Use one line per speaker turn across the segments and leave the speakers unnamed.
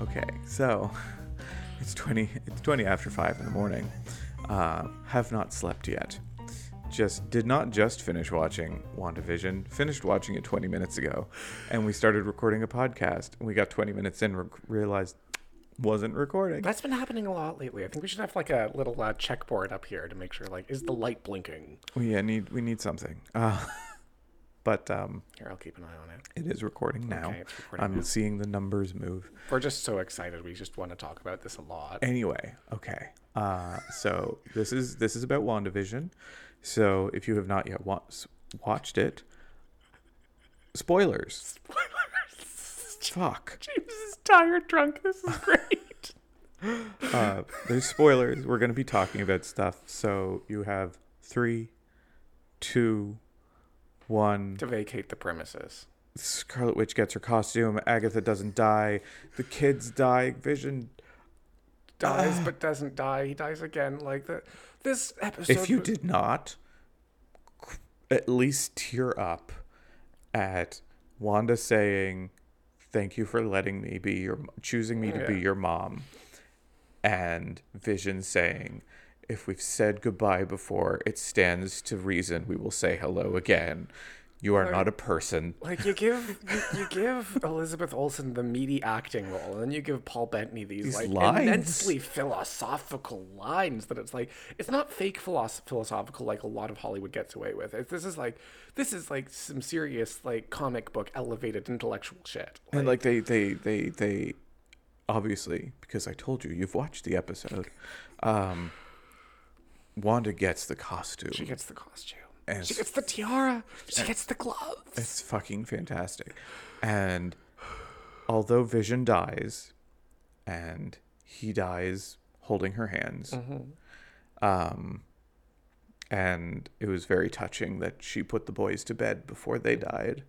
Okay, so it's twenty. It's twenty after five in the morning. Uh, have not slept yet. Just did not just finish watching WandaVision. Finished watching it twenty minutes ago, and we started recording a podcast. We got twenty minutes in, re- realized wasn't recording.
That's been happening a lot lately. I think we should have like a little uh, checkboard up here to make sure like is the light blinking?
We yeah, need we need something. Uh, but um,
Here, I'll keep an eye on it.
it is recording now.
Okay, it's recording
I'm
now.
seeing the numbers move.
We're just so excited. We just want to talk about this a lot.
Anyway, okay. Uh, so this is this is about WandaVision. So if you have not yet wa- s- watched it, spoilers. Fuck.
James is tired, drunk. This is great.
Uh, there's spoilers. We're going to be talking about stuff. So you have three, two, one.
to vacate the premises.
Scarlet Witch gets her costume. Agatha doesn't die. The kids die. Vision.
Dies but doesn't die. He dies again. Like the this episode.
If you
was-
did not, at least tear up at Wanda saying, "Thank you for letting me be your, choosing me to be
Yeah.
your mom," and Vision saying, "If we've said goodbye before, it stands to reason we will say hello again. You are not a person."
Like you give you, you give Elizabeth Olsen the meaty acting role, and then you give Paul Bettany these, like
lines.
immensely philosophical lines that it's like it's not fake philos- philosophical like a lot of Hollywood gets away with. It, this is like this is like some serious like comic book elevated intellectual shit.
And like they they they they obviously because I told you you've watched the episode. Um, Wanda gets the costume.
she gets the costume,
And-
she gets the tiara, she gets the gloves.
It's fucking fantastic. And although Vision dies, and he dies holding her hands,
Mm-hmm.
um, and it was very touching that she put the boys to bed before they died,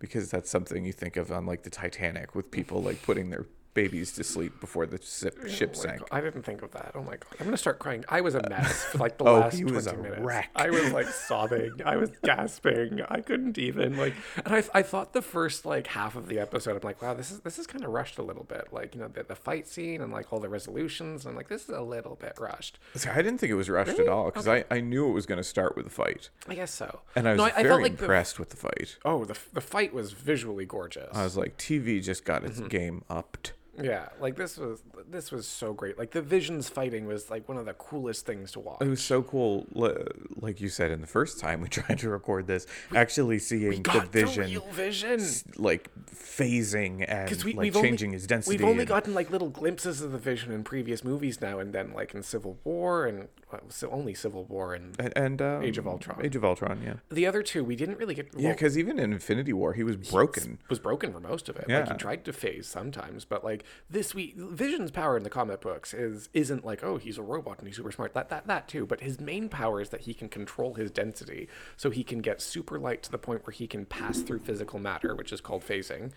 because that's something you think of on like the Titanic with people like putting their babies to sleep before the si- ship
Oh my
sank.
God, I didn't think of that. Oh my god, I'm gonna start crying. I was a mess for like the
Oh,
last
he was
20
a
minutes.
wreck.
I was like sobbing. I was gasping. I couldn't even like. And I, I thought the first like half of the episode, I'm like, wow, this is this is kind of rushed a little bit. Like you know the, the fight scene and like all the resolutions. I'm like, this is a little bit rushed.
So I didn't think it was rushed at all because I, I knew it was going to start with a fight,
I guess so.
and I was
no, I,
very
I felt like the,
impressed with the fight.
oh the the fight was visually gorgeous.
I was like, TV just got its
Mm-hmm.
game upped.
yeah, like this was this was so great. Like the visions fighting was like one of the coolest things to watch.
It was so cool, li- like you said in the first time we tried to record this, actually seeing the
God, the
vision,
real vision.
s- like phasing and
because we,
like
have
changing
only,
his density.
We've only
and-
gotten like little glimpses of the Vision in previous movies now and then, like in Civil War and well, so only Civil War and
and, and, um,
Age of Ultron.
Age of Ultron, yeah,
the other two we didn't really get.
yeah,
well,
because even in Infinity War, he was broken.
was broken for most of it. Like
Yeah.
he tried to phase sometimes, but like this we Vision's power in the comic books is isn't like oh he's a robot and he's super smart that that that too. But his main power is that he can control his density, so he can get super light to the point where he can pass through physical matter, which is called phasing,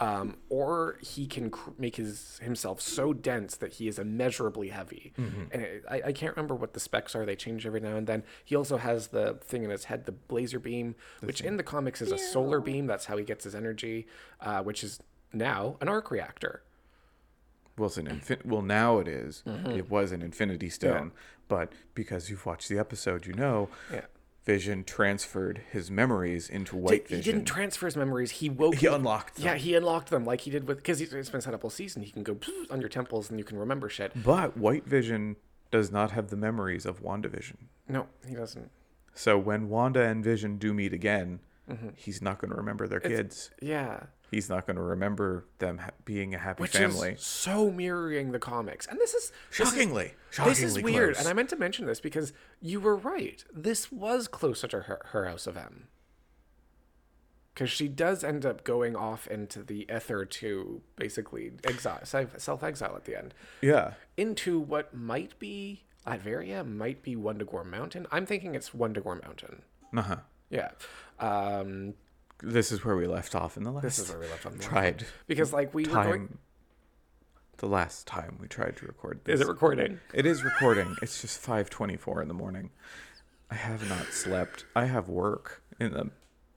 um, or he can cr- make his himself so dense that he is immeasurably heavy. And it, I, I can't remember what the specs are; they change every now and then. He also has the thing in his head, the laser beam, which in the comics is a solar beam. That's how he gets his energy, uh, which is now an arc reactor.
Well, it's an infin- well now it is.
Mm-hmm.
It was an Infinity Stone, but because you've watched the episode, you know.
Yeah.
Vision transferred his memories into White
He
Vision.
didn't transfer his memories. He woke.
He unlocked them.
yeah, he unlocked them like he did with because it's been set up all season. He can go on your temples and you can remember shit.
But White Vision does not have the memories of WandaVision.
No, he doesn't.
So when Wanda and Vision do meet again,
Mm-hmm.
he's not going to remember their kids.
Yeah.
He's not going to remember them ha- being a happy
Which
family.
is so mirroring the comics. And this is this is-
Shockingly.
This is
Shockingly
weird,
close.
and I meant to mention this because you were right. This was closer to her, her House of M. Because she does end up going off into the ether to basically exile, self exile at the end,
yeah.
into what might be Latveria, might be Wondagore Mountain. I'm thinking it's Wondagore Mountain.
Uh huh.
Yeah. Um,
This is where we left off in the last.
this is where we left on the
tried
Because, like, we were going.
time. The last time we tried to record this.
Is it recording?
It is recording. It's just 5:24 in the morning. I have not slept. I have work in the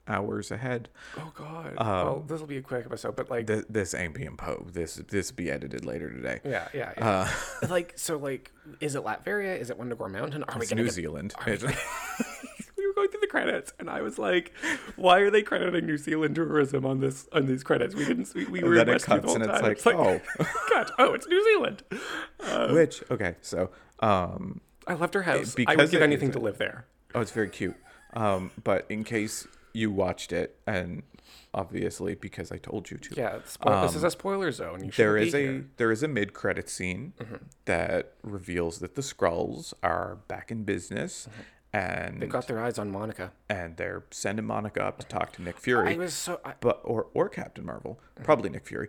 hours ahead.
Oh God. well, this will be a quick episode, but like,
Th- this ain't being Poe. This this be edited later today.
yeah, yeah, yeah. like, so like, is it Latveria? Is it Wendigore Mountain? Are we
It's
gonna
New
get
Zealand.
we were going through the credits, and I was like, "Why are they crediting New Zealand tourism on this on these credits? We didn't. We, we were
then it
rescued the
cuts,
whole
and it's
time."
like,
God, oh, it's New Zealand. Oh.
Which okay, so um,
I left her house. I
because
would give
it
anything to
isn't-
live there.
Oh, it's very cute. Um, but in case you watched it, and obviously because I told you to,
Yeah, spo- this is a spoiler zone. You
there
shouldn't
is
be
a
here. Mm-hmm.
there is a mid credit scene that reveals that the Skrulls are back in business, and
Mm-hmm. They got their eyes on Monica.
and they're sending Monica up to talk to Nick Fury,
I was so. I, Mm-hmm.
but or or Captain Marvel, probably Nick Fury,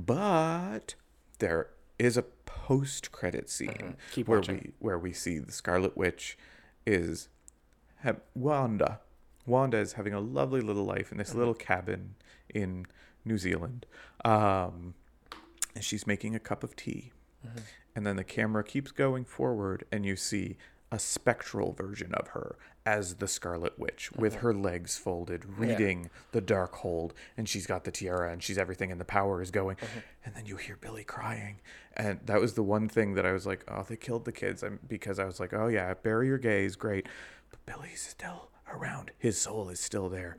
but there is a post credit scene
Mm-hmm. Keep
where
watching.
we where we see the Scarlet Witch is ha- Wanda. Wanda is having a lovely little life in this
Mm-hmm.
little cabin in New Zealand, um, and she's making a cup of tea. And then the camera keeps going forward, and you see a spectral version of her as the Scarlet Witch with her legs folded, reading the dark hold, and she's got the tiara and she's everything, and the power is going. And then you hear Billy crying. And that was the one thing that I was like, oh, they killed the kids I'm, because I was like, oh, yeah, bury your gays, great. But Billy's still around, his soul is still there.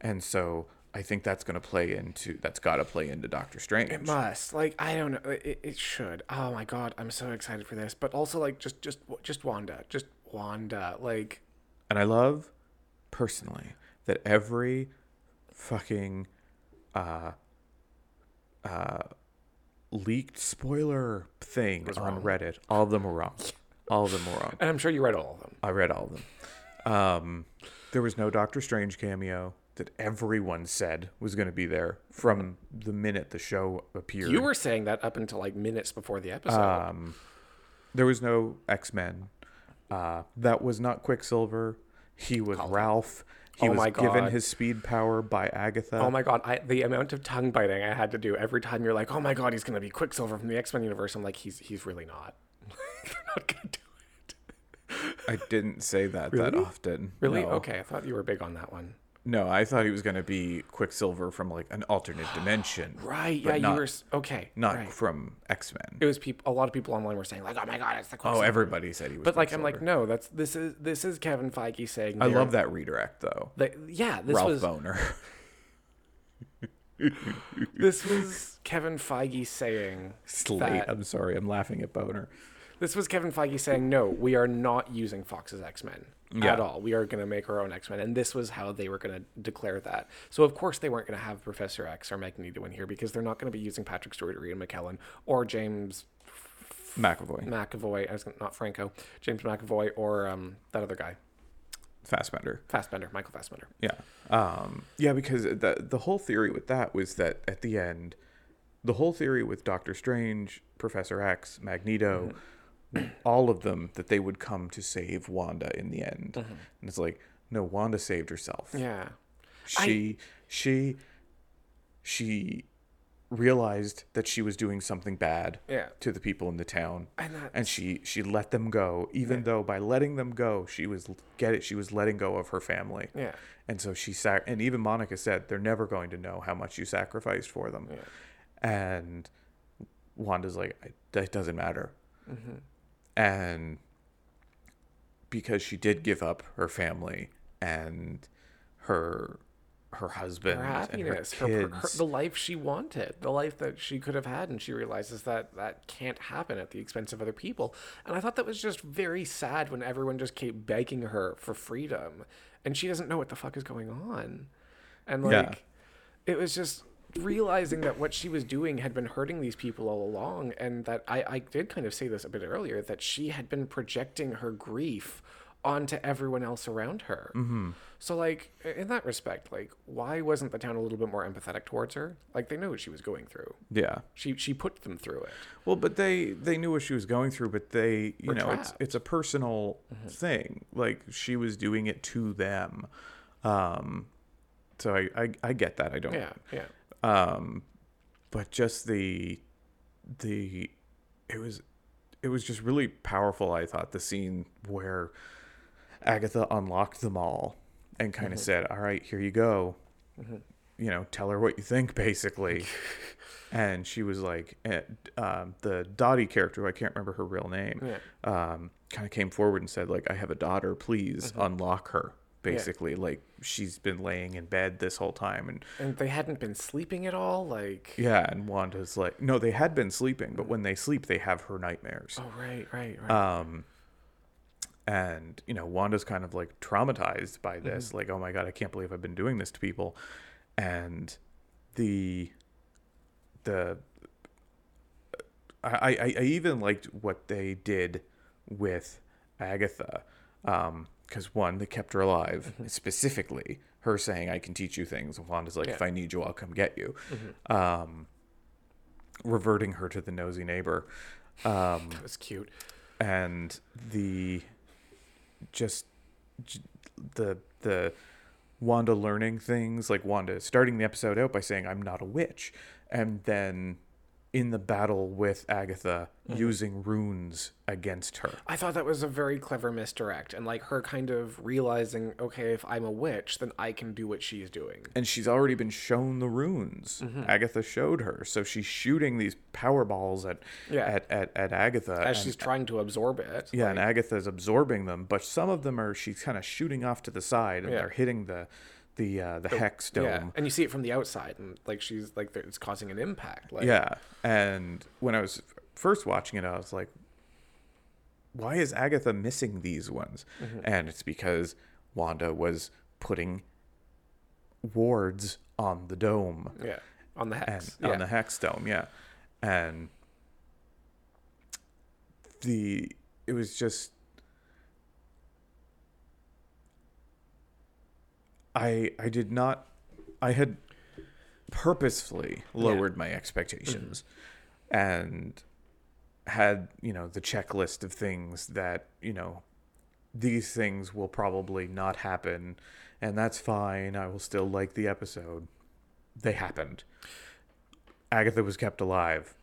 And so I think that's going to play into, that's got to play into Doctor Strange.
It must. Like I don't know. It, it should. Oh my god, I'm so excited for this. But also like just just just Wanda, just Wanda. Like
And I love personally that every fucking uh uh leaked spoiler thing on Reddit, all of them were wrong. All of them were wrong.
and I'm sure you read all of them.
I read all of them. Um there was no Doctor Strange cameo that everyone said was going to be there from the minute the show appeared.
You were saying that up until like minutes before the episode.
Um, there was no X Men. Uh, that was not Quicksilver. He was Ralph. He
Oh
was
my
given
God.
his speed power by Agatha.
oh my god, I, the amount of tongue biting I had to do every time you're like, oh my god, he's gonna be Quicksilver from the X Men universe. I'm like, he's he's really not. They're not gonna do it.
I didn't say that that often.
Really?
No.
Okay, I thought you were big on that one.
No, I thought he was going to be Quicksilver from like an alternate dimension.
Right?
But
yeah,
not-
you were s- okay.
Not
right.
from X Men.
It was people. A lot of people online were saying like, oh my god, it's the Quicksilver.
Oh, everybody said he was.
But like I'm
Quicksilver.
like no, that's this is this is Kevin Feige saying
I
they're-
love that redirect though.
they- yeah this
Ralph
was
Boner.
this was Kevin Feige saying
Slate.
that-
I'm sorry. I'm laughing at Boner.
this was Kevin Feige saying no, we are not using Fox's X Men
Yeah.
at all. We are going to make our own X Men, and this was how they were going to declare that. So of course they weren't going to have Professor X or Magneto in here because they're not going to be using Patrick Stewart or Ian McKellen or James
McAvoy.
McAvoy. I was gonna, not Franco, James McAvoy or um, that other guy,
Fastbender.
Fassbender, Michael Fassbender.
Yeah. Um, yeah, because the the whole theory with that was that at the end, the whole theory with Doctor Strange, Professor X, Magneto,
Mm-hmm.
all of them that they would come to save Wanda in the end, and it's like no, Wanda saved herself.
Mm-hmm. Yeah.
She she she realized that she was doing something bad
Yeah.
to the people in the town
And that-
and she she let them go even though by letting them go she was get it she was letting go of her family
Yeah.
and so she sac- and even monica said they're never going to know how much you sacrificed for them and wanda's like "I- that doesn't matter
Mm-hmm.
and because she did give up her family and her her husband
her
and her
happiness,
kids
her, her- her- the life she wanted, the life that she could have had, and she realizes that that can't happen at the expense of other people. And I thought that was just very sad when everyone just kept begging her for freedom, and she doesn't know what the fuck is going on. And like,
Yeah.
it was just realizing that what she was doing had been hurting these people all along, and that I, I did kind of say this a bit earlier that she had been projecting her grief onto everyone else around her. So, like, in that respect, like, why wasn't the town a little bit more empathetic towards her? Like, they knew what she was going through.
yeah
She she put them through it.
Well, but they they knew what she was going through, but they you know it's
trapped. Mm-hmm.
it's a personal thing. Like she was doing it to them. Um, so I I, I get that. I don't.
Yeah, yeah.
Um, but just the the it was it was just really powerful. I thought the scene where Agatha unlocked them all and kind of said, "All right, here you go. You know, tell her what you think, basically." and she was like, eh, um, "The Dottie character, who I can't remember her real name, um, kind of came forward and said, like, I have a daughter. Please unlock her.' Basically, like she's been laying in bed this whole time, and
And they hadn't been sleeping at all. Like,
yeah, and Wanda's like, no, they had been sleeping, but when they sleep, they have her nightmares.
oh right, right,
Uh,
right.
Um, and you know wanda's kind of like traumatized by this like oh my god i can't believe i've been doing this to people and the the i i, I even liked what they did with agatha um because one they kept her alive specifically her saying i can teach you things and wanda's like if i need you i'll come get you um reverting her to the nosy neighbor um
that was cute.
and the just j- the the Wanda learning things like Wanda starting the episode out by saying I'm not a witch and then in the battle with Agatha
Mm-hmm.
using runes against her.
I thought that was a very clever misdirect, and like her kind of realizing, okay, if I'm a witch, then I can do what she's doing.
And she's already been shown the runes.
Mm-hmm.
Agatha showed her. So she's shooting these power balls at
Yeah.
at, at, at Agatha
As
and-
she's trying to absorb it.
Yeah, and Agatha's absorbing them, but some of them are she's kind of shooting off to the side, and
Yeah.
they're hitting the the uh, the hex dome.
Yeah, and you see it from the outside, and like she's like there- it's causing an impact. Like,
Yeah. And when I was first watching it, I was like, why is Agatha missing these ones?
Mm-hmm.
And it's because Wanda was putting wards on the dome
yeah, on the
and
hex. yeah.
on the hex dome, yeah. And the it was just I I did not I had purposefully lowered my expectations
Mm-hmm.
and had, you know, the checklist of things that, you know, these things will probably not happen and that's fine. I will still like the episode. They happened. Agatha was kept alive.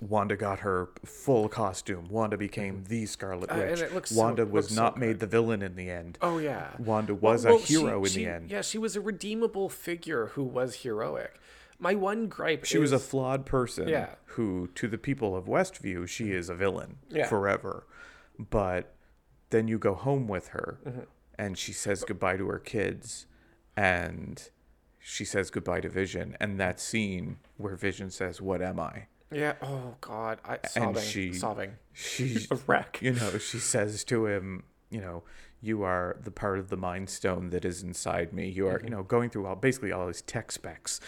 Wanda got her full costume. Wanda became the Scarlet
Mm-hmm. Uh, and
Witch.
it looks so-
Wanda
it
was
looks so
not made the villain in the end.
Oh yeah.
Wanda was
Well,
a hero
she-
in
she-
the end.
Yeah, she was a redeemable figure who was heroic. My one gripe
she was a flawed person
Yeah.
who, to the people of Westview, she is a villain
Yeah.
forever. But then you go home with her
Mm-hmm.
and she says goodbye to her kids and she says goodbye to Vision. And that scene where Vision says, What am I?
Yeah. Oh God. I sobbing.
she-
sobbing.
She
A wreck.
you know, she says to him, you know, you are the part of the mind stone that is inside me. You
Mm-hmm.
are, you know, going through all basically all his tech specs,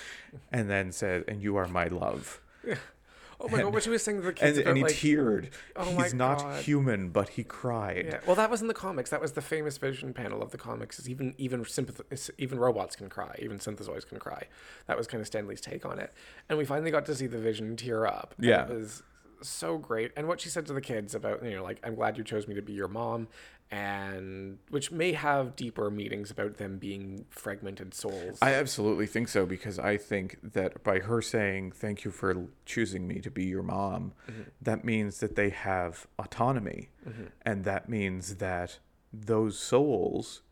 and then says, and you are my love.
Oh my God. What she was saying to the
And,
kids about
and he
like.
teared.
oh my
He's not
God.
human, but he cried.
yeah. Well, that was in the comics. That was the famous Vision panel of the comics. Is even even sympath- even robots can cry. Even synthesoids can cry. That was kind of Stanley's take on it. And we finally got to see the Vision tear up. and
Yeah.
It was so great. And what she said to the kids about you know like I'm glad you chose me to be your mom, and which may have deeper meanings about them being fragmented souls.
I absolutely think so because I think that by her saying thank you for choosing me to be your mom,
Mm-hmm.
that means that they have autonomy, and that means that those souls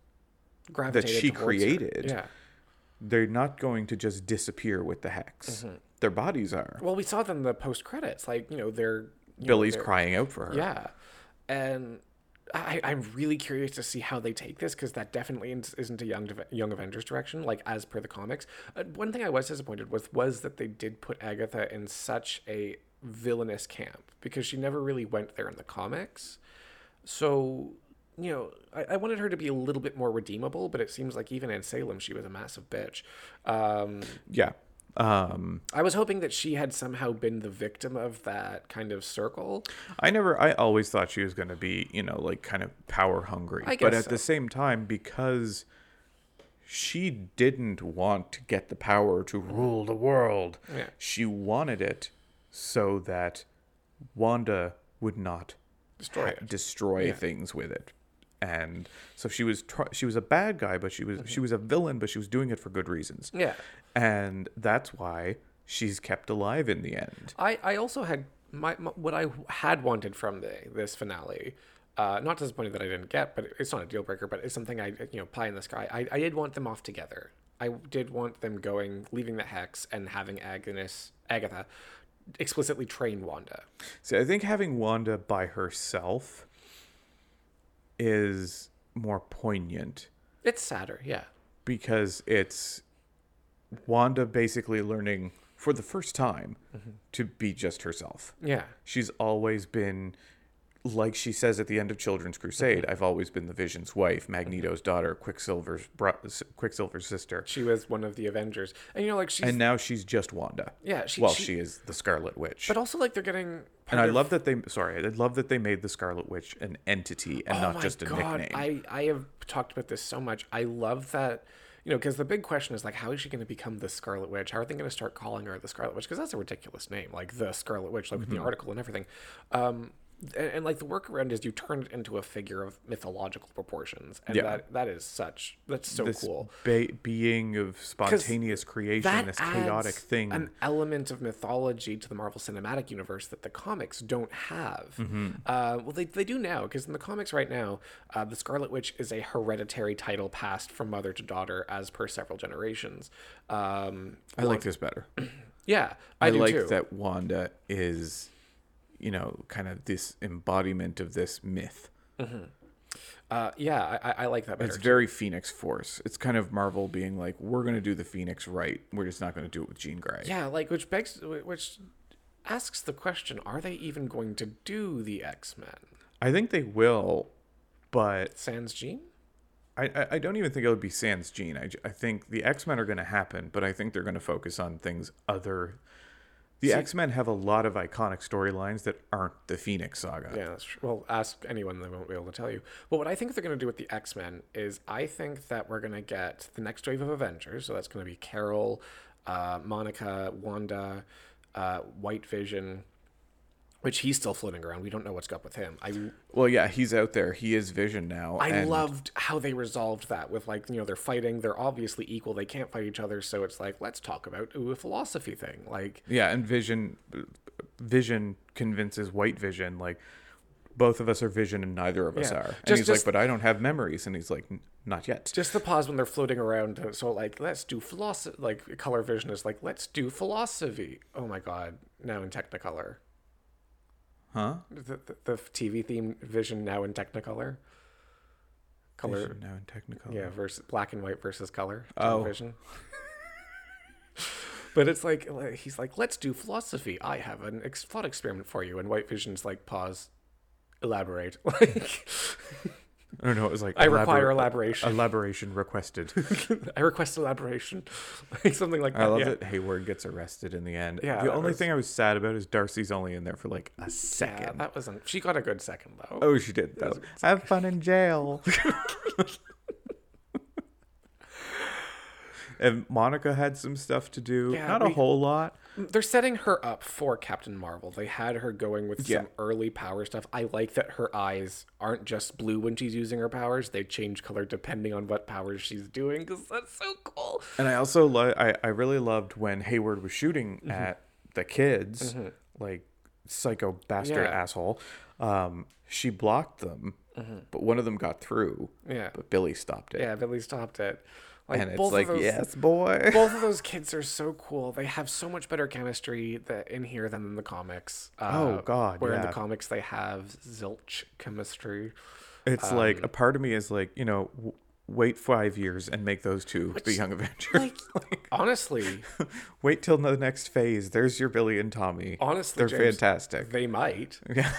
gravitated
she
towards her.
created.
Yeah.
they're not going to just disappear with the hex.
Mm-hmm.
Their bodies are.
Well, we saw them in the post credits, like you know they're you know,
Billy's
they're-
crying out for her.
Yeah, and I, I'm really curious to see how they take this because that definitely is- isn't a young Deve- Young Avengers direction, like as per the comics. Uh, one thing I was disappointed with was that they did put Agatha in such a villainous camp because she never really went there in the comics. So. You know, I, I wanted her to be a little bit more redeemable, but it seems like even in Salem, she was a massive bitch. Um,
Yeah. Um,
I was hoping that she had somehow been the victim of that kind of circle.
I never, I always thought she was going to be, you know, like kind of power hungry.
I
but
guess
at the same time, because she didn't want to get the power to rule the world,
Yeah.
she wanted it so that Wanda would not
Destroy
ha-
it.
destroy things with it. And so she was, tr- she was a bad guy, but she was, she was a villain, but she was doing it for good reasons.
Mm-hmm. Yeah.
and that's why she's kept alive in the end.
I, I also had my, my what I had wanted from the, this finale Uh, not disappointed that I didn't get, but it's not a deal breaker. But it's something I, you know, pie in the sky. I, I did want them off together. I did want them going, leaving the hex, and having Agnes, Agatha, explicitly train Wanda.
See, I think having Wanda by herself is more poignant
It's sadder, yeah.
because it's Wanda basically learning for the first time
Mm-hmm.
to be just herself.
Yeah.
She's always been, like she says at the end of Children's Crusade,
Mm-hmm.
I've always been the Vision's wife, Magneto's daughter, Quicksilver's bro- Quicksilver's sister,
She was one of the Avengers. And, you know, like, she's.
and now she's just Wanda.
Yeah, she-
well,
she-
she, is the Scarlet Witch.
but also, like, they're getting.
and I
part of-
love that they sorry, I love that they made the Scarlet Witch an entity and
Oh
not
my
just a
God,
nickname.
I, I have talked about this so much. I love that, you know, because the big question is like, how is she going to become the Scarlet Witch? How are they going to start calling her the Scarlet Witch? Because that's a ridiculous name, like the Scarlet Witch, like with
Mm-hmm.
the article and everything. Um, and, and like the workaround is you turn it into a figure of mythological proportions, and
Yeah.
that that is such that's so
this
cool.
ba- being of spontaneous creation, this chaotic
adds
thing.
an element of mythology to the Marvel Cinematic Universe that the comics don't have.
Mm-hmm.
Uh, well, they, they do now, because in the comics right now, uh, the Scarlet Witch is a hereditary title passed from mother to daughter as per several generations. Um,
I like this better.
yeah, I,
I
do
like
too.
that Wanda is, you know, kind of this embodiment of this myth.
Uh, yeah, I- I, I like that better.
It's very Phoenix Force. It's kind of Marvel being like, we're going to do the Phoenix right. We're just not going to do it with Jean Grey.
Yeah, like which begs, which asks the question: Are they even going to do the X Men?
I think they will, but
Sans Jean?
I, I, I don't even think it would be Sans Jean. I, j- I think the X Men are going to happen, but I think they're going to focus on things other. The X Men have a lot of iconic storylines that aren't the Phoenix Saga.
Yeah, that's true. Well, ask anyone, they won't be able to tell you. But what I think they're going to do with the X Men is I think that we're going to get the next wave of Avengers. So that's going to be Carol, uh, Monica, Wanda, uh, White Vision, which he's still floating around. We don't know what's up with him. I
Well, yeah, he's out there. He is Vision now.
I
and
loved how they resolved that with like, you know, they're fighting, they're obviously equal, they can't fight each other, so it's like, let's talk about ooh, a philosophy thing. Like
Yeah, and Vision, Vision convinces White Vision like both of us are Vision and neither of us
Yeah.
are. And
Just-
he's
just-
like, but I don't have memories. And he's like, "N- not yet.
just the pause when they're floating around uh, so like let's do philosophy like color vision is like let's do philosophy oh my god now in technicolor
Huh?
the, the, the tv theme vision now in technicolor color
Vision now in Technicolor.
yeah versus black and white versus color
Oh.
television but it's like like, he's like let's do philosophy i have an ex- thought experiment for you and white vision's like pause elaborate like
I don't know. Oh, It was like
i require
elabor-
elaboration
elaboration requested.
i request elaboration like something like that
I love
yeah.
that Hayward gets arrested in the end.
Yeah,
The
that
only
was-
thing I was sad about is Darcy's only in there for like a
Yeah,
second.
that wasn't. She got a good second though.
oh, she did though. Have fun in jail. and Monica had some stuff to do.
Yeah,
Not
we-
a whole lot.
They're setting her up for Captain Marvel. They had her going with
Yeah.
some early power stuff. I like that her eyes aren't just blue when she's using her powers. They change color depending on what powers she's doing because that's so cool.
And I also lo- I I really loved when Hayward was shooting
Mm-hmm.
at the kids, like psycho bastard
Yeah.
asshole. Um, she blocked them, but one of them got through.
Mm-hmm. Yeah.
But Billy stopped it.
Yeah, Billy stopped it. Like
and it's
both
like,
of those
yes, boy.
both of those kids are so cool. They have so much better chemistry that in here than in the comics. Uh,
Oh, God,
Where in the
yeah.
comics they have zilch chemistry.
It's
Um,
like a part of me is like, you know, w- wait five years and make those two the Young Avengers.
Honestly,
wait till the next phase. There's your Billy and Tommy.
Honestly,
they're
James,
fantastic.
they might.
Yeah,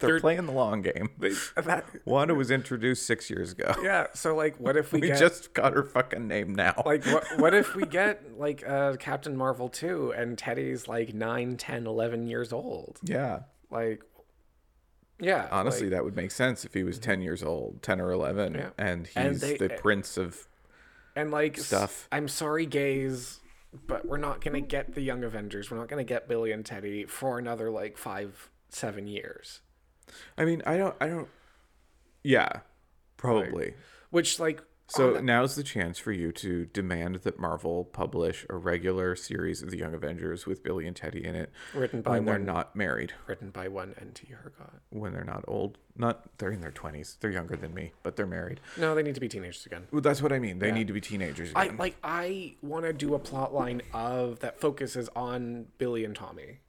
they're, playing the long game.
That-
Wanda was introduced six years ago.
yeah. So like, what if we,
We
get
just got her fucking name now.
like what, what if we get like uh, Captain Marvel two and Teddy's like 9, 10, 11 years old?
yeah.
Like, yeah. like-
Honestly, that would make sense if he was 10 years old, 10 or 11,
Yeah.
and he's
And they- eh
the prince of.
and like s-
stuff.
I'm sorry, gays, but we're not gonna get the Young Avengers. We're not gonna get Billy and Teddy for another like five, seven years.
I mean, I don't. I don't. Yeah, probably.
Which like
So now's the chance for you to demand that Marvel publish a regular series of the Young Avengers with Billy and Teddy in it
Written by
when they're
one
not married,
written by one N.T. Hercott.
when they're not old. Not they're in their 20s. They're younger than me, but they're married.
No, they need to be teenagers again.
Well, that's what I mean. They need to be teenagers
I
again.
like I want to do a plot line of that focuses on Billy and Tommy.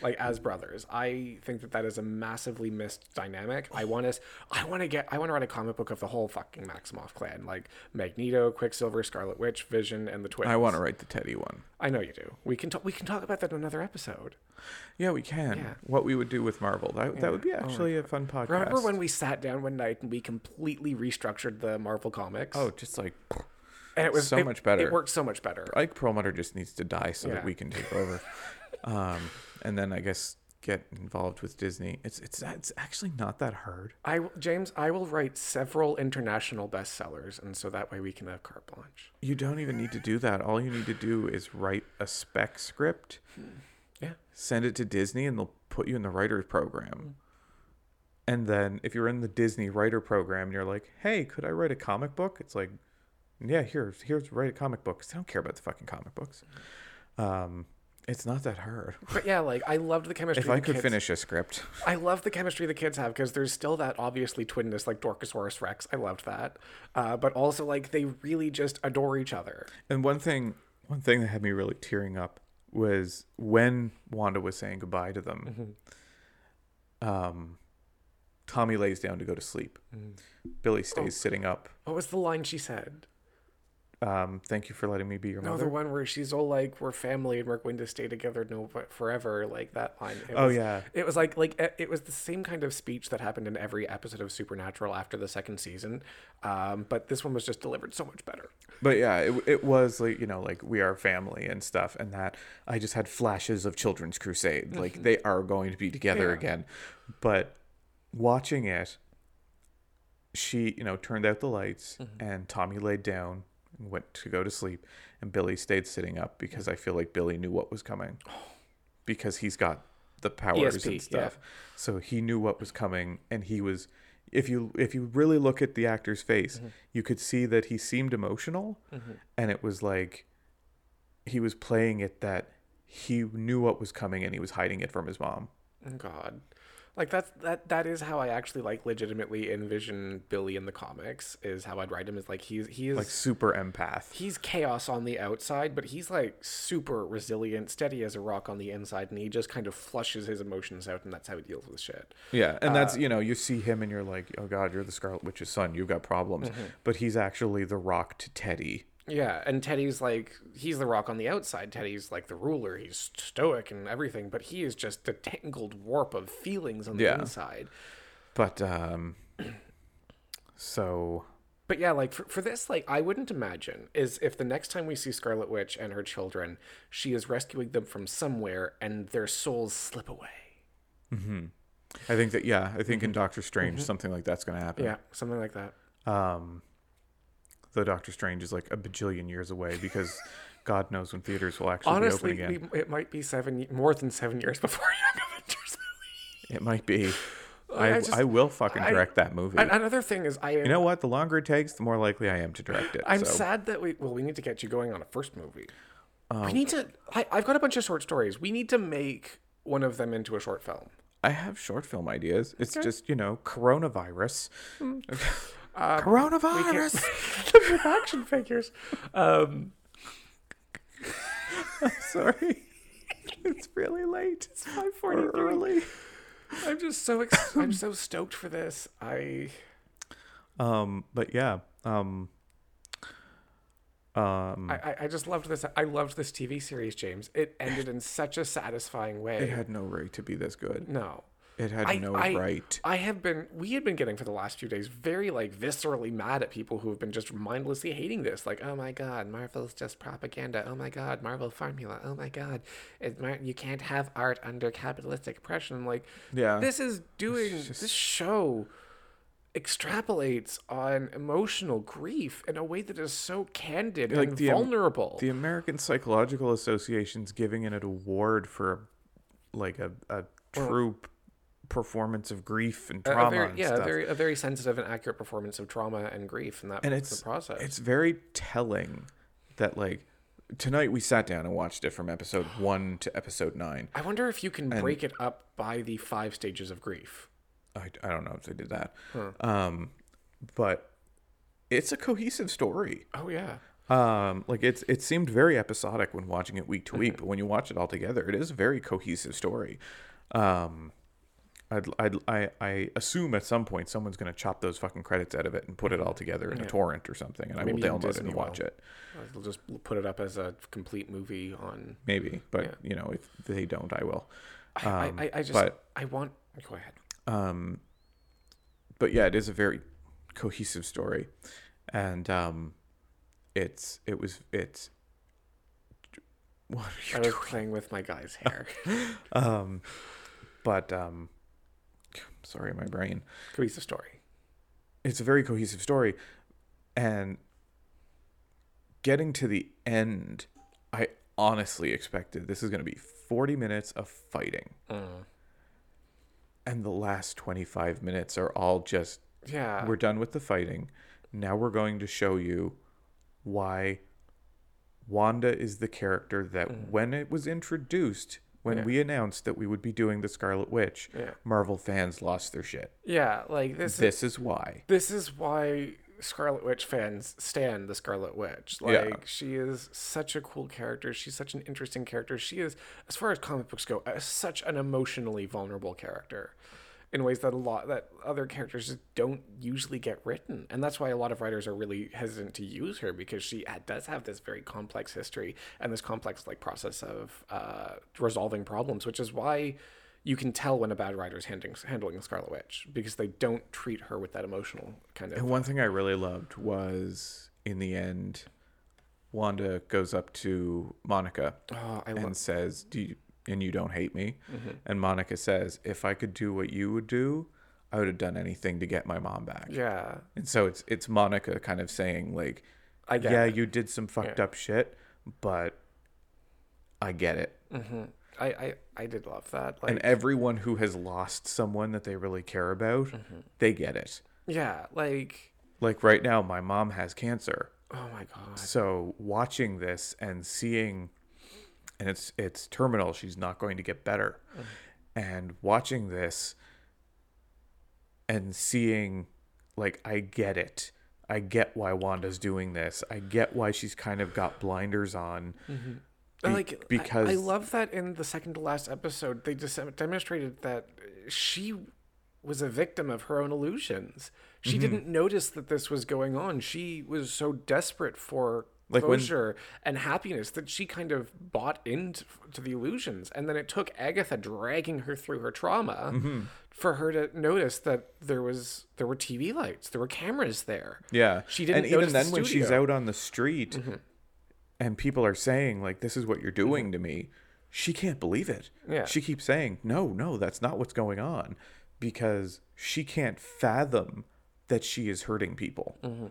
Like as brothers, I think that that is a massively missed dynamic. I want us, I want to get, I want to write a comic book of the whole fucking Maximoff clan, like Magneto, Quicksilver, Scarlet Witch, Vision, and the twins.
I want to write the Teddy one.
I know you do. We can talk. We can talk about that in another episode.
Yeah, we can.
Yeah. Oh
What we would do with Marvel. That, that would be actually a fun podcast.
Remember when we sat down one night and we completely restructured the Marvel comics?
Oh, just like
and it was
so
it-
much better.
It worked so much better.
Ike Perlmutter just needs to die so that
Yeah.
we can take over. um, and then I guess get involved with Disney. It's it's it's actually not that hard.
I will- James, I will write several international bestsellers, and so that way we can have carte blanche.
You don't even need to do that. All you need to do is write a spec script,
Hmm. Yeah. Hmm.
send it to Disney, and they'll put you in the writer's program. And then if you're in the Disney writer program and you're like, hey, could I write a comic book? It's like, yeah, here, here's write a comic book. 'Cause I don't care about the fucking comic books. Um, it's not that hard.
But yeah, like I loved the chemistry.
If I
the
could
kids-
finish a script.
I love the chemistry the kids have because there's still that obviously twinness, like Dorcosaurus Rex. I loved that, uh, but also like they really just adore each other.
And one thing, one thing that had me really tearing up was when Wanda was saying goodbye to them.
Mm-hmm.
Um, Tommy lays down to go to sleep.
Mm-hmm.
Billy stays
Oh.
sitting up.
What was the line she said?
Um, thank you for letting me be your
No,
mother.
the one where she's all like, "We're family and we're going to stay together, no, but forever." Like that line. It
Oh,
was-
yeah.
It was like like it- it was the same kind of speech that happened in every episode of Supernatural after the second season, um, but this one was just delivered so much better.
But yeah, it, it was like you know, like we are family and stuff, and that I just had flashes of Children's Crusade. Like they are going to be together
Mm-hmm. Yeah.
again. But watching it, she you know turned out the lights, and Tommy laid down and went to go to sleep, and Billy stayed sitting up because I feel like Billy knew what was coming, because he's got the powers
ESP, yeah.
and stuff. So he knew what was coming, and he was. If you if you really look at the actor's face, you could see that he seemed emotional, and it was like he was playing it that he knew what was coming and he was hiding it from his mom.
God. Like that's that that is how I actually like legitimately envision Billy in the comics is how I'd write him is like he's he is
Like super empath.
he's chaos on the outside, but he's like super resilient, steady as a rock on the inside, and he just kind of flushes his emotions out and that's how he deals with shit.
Yeah, and
Uh,
that's you know you see him and you're like, oh god, you're the Scarlet Witch's son. You've got problems,
Mm-hmm.
but he's actually the rock to Teddy.
Yeah, and Teddy's like he's the rock on the outside. Teddy's like the ruler. He's stoic and everything, but he is just the tangled warp of feelings on the
Yeah.
inside.
But um, so
But yeah, like for, for this, like I wouldn't imagine is if the next time we see Scarlet Witch and her children, she is rescuing them from somewhere and their souls slip away.
I think that yeah, I think in Doctor Strange something like that's gonna happen.
Mm-hmm. Yeah, something like that.
Um, though Doctor Strange is like a bajillion years away because God knows when theaters will actually
Honestly,
be open again.
we, it might be seven, ye- more than seven years before Young Avengers.
It might be.
I
I, I,
just-
will fucking
I-
direct that movie.
And another thing is, I am,
you know what? The longer it takes, the more likely I am to direct it.
I'm
so.
sad that we well, we need to get you going on a first movie.
Um,
we need to. I, I've got a bunch of short stories. We need to make one of them into a short film.
I have short film ideas. It's just you know coronavirus. Hmm. Um, coronavirus.
With action figures. Um,
Sorry, it's really late. It's five forty
5:43.
early.
I'm just so ex- I'm so stoked for this. I
Um, but yeah. Um, um,
I, I- I just loved this. I loved this TV series, James. It ended in such a satisfying
it
way.
had no right to be this good.
no.
It had
I-
no
I-
right.
I have been, we had been getting for the last few days very like viscerally mad at people who have been just mindlessly hating this. Like, oh my God, Marvel's just propaganda. Oh my God, Marvel formula. Oh my God, it, Mar- you can't have art under capitalistic oppression. I'm like,
Yeah.
this is doing, this show extrapolates on emotional grief in a way that is so candid and
the-
vulnerable.
The American Psychological Association's giving it an award for like a, a true p- performance of grief and
A-
trauma
a very,
and
yeah,
stuff.
A very a very sensitive and accurate performance of trauma and grief, and that
and
was
it's
the process.
It's very telling that like tonight we sat down and watched it from episode one to episode nine.
I wonder if you can break it up by the five stages of grief.
I, I don't know if they did that, um, but it's a cohesive story.
Oh yeah,
Um, like it's it seemed very episodic when watching it week to week,
Mm-hmm.
but when you watch it all together, it is a very cohesive story. Um, I'd, I'd, I I assume at some point someone's going to chop those fucking credits out of it and put it all together in a torrent or something, and
Mm-hmm. Maybe
I
in
will download it
Disney
and watch
World.
it.
they'll just put it up as a complete movie on.
Maybe, but you know, if they don't, I will.
I, I-
Um,
I, I just
but-
I want. Go ahead.
um but yeah it is a very cohesive story and um it's it was it's what are you
I was
doing?
playing with my guy's hair.
um but um sorry my brain
Cohesive story.
it's a very cohesive story and getting to the end i honestly expected this is going to be 40 minutes of fighting and the last 25 minutes are all just
Yeah.
we're done with the fighting. Now we're going to show you why Wanda is the character that when it was introduced, when
Mm. Yeah.
we announced that we would be doing the Scarlet Witch,
Yeah.
Marvel fans lost their shit.
yeah. Like this. Is,
This is why.
this is why Scarlet Witch fans stand the Scarlet Witch. Like
Yeah.
she is such a cool character. She's such an interesting character. She is, as far as comic books go, a, such an emotionally vulnerable character. In ways that a lot that other characters just don't usually get written, and that's why a lot of writers are really hesitant to use her because she ha- does have this very complex history and this complex like process of uh, resolving problems, which is why you can tell when a bad writer's handling handling the Scarlet Witch because they don't treat her with that emotional kind of
And one thing I really loved was in the end, Wanda goes up to Monica
Oh, I
and
love. Mm-hmm.
says, "Do you, and you don't hate me?" And Monica says, "If I could do what you would do, I would have done anything to get my mom back."
Yeah,
And so it's it's Monica kind of saying like,
I get
yeah,
it.
you did some fucked up shit, but I get it.
Mm-hmm. I, I I did love that. Like,
And everyone who has lost someone that they really care about,
Mm-hmm.
they get it.
yeah, like
Like right now, my mom has cancer,
oh my god,
so watching this and seeing, and it's it's terminal. She's not going to get better, and watching this and seeing like I get it. I get why Wanda's doing this. I get why she's kind of got blinders on.
And,
be-
like I-
because-
I, love that in the second to last episode they dis- demonstrated that she was a victim of her own illusions.
Mm-hmm.
She didn't notice that this was going on. She was so desperate for
Like when-
closure and happiness that she kind of bought into to the illusions. And then it took Agatha dragging her through her trauma
Mm-hmm.
for her to notice that there was there were TV lights, there were cameras there.
Yeah.
She didn't
And even
notice the
then, when she's
studio. Mm-hmm.
out on the street and people are saying, like, this is what you're doing to me, she can't believe it.
Yeah.
She keeps saying, no, no, that's not what's going on because she can't fathom that she is hurting people.
Mm-hmm.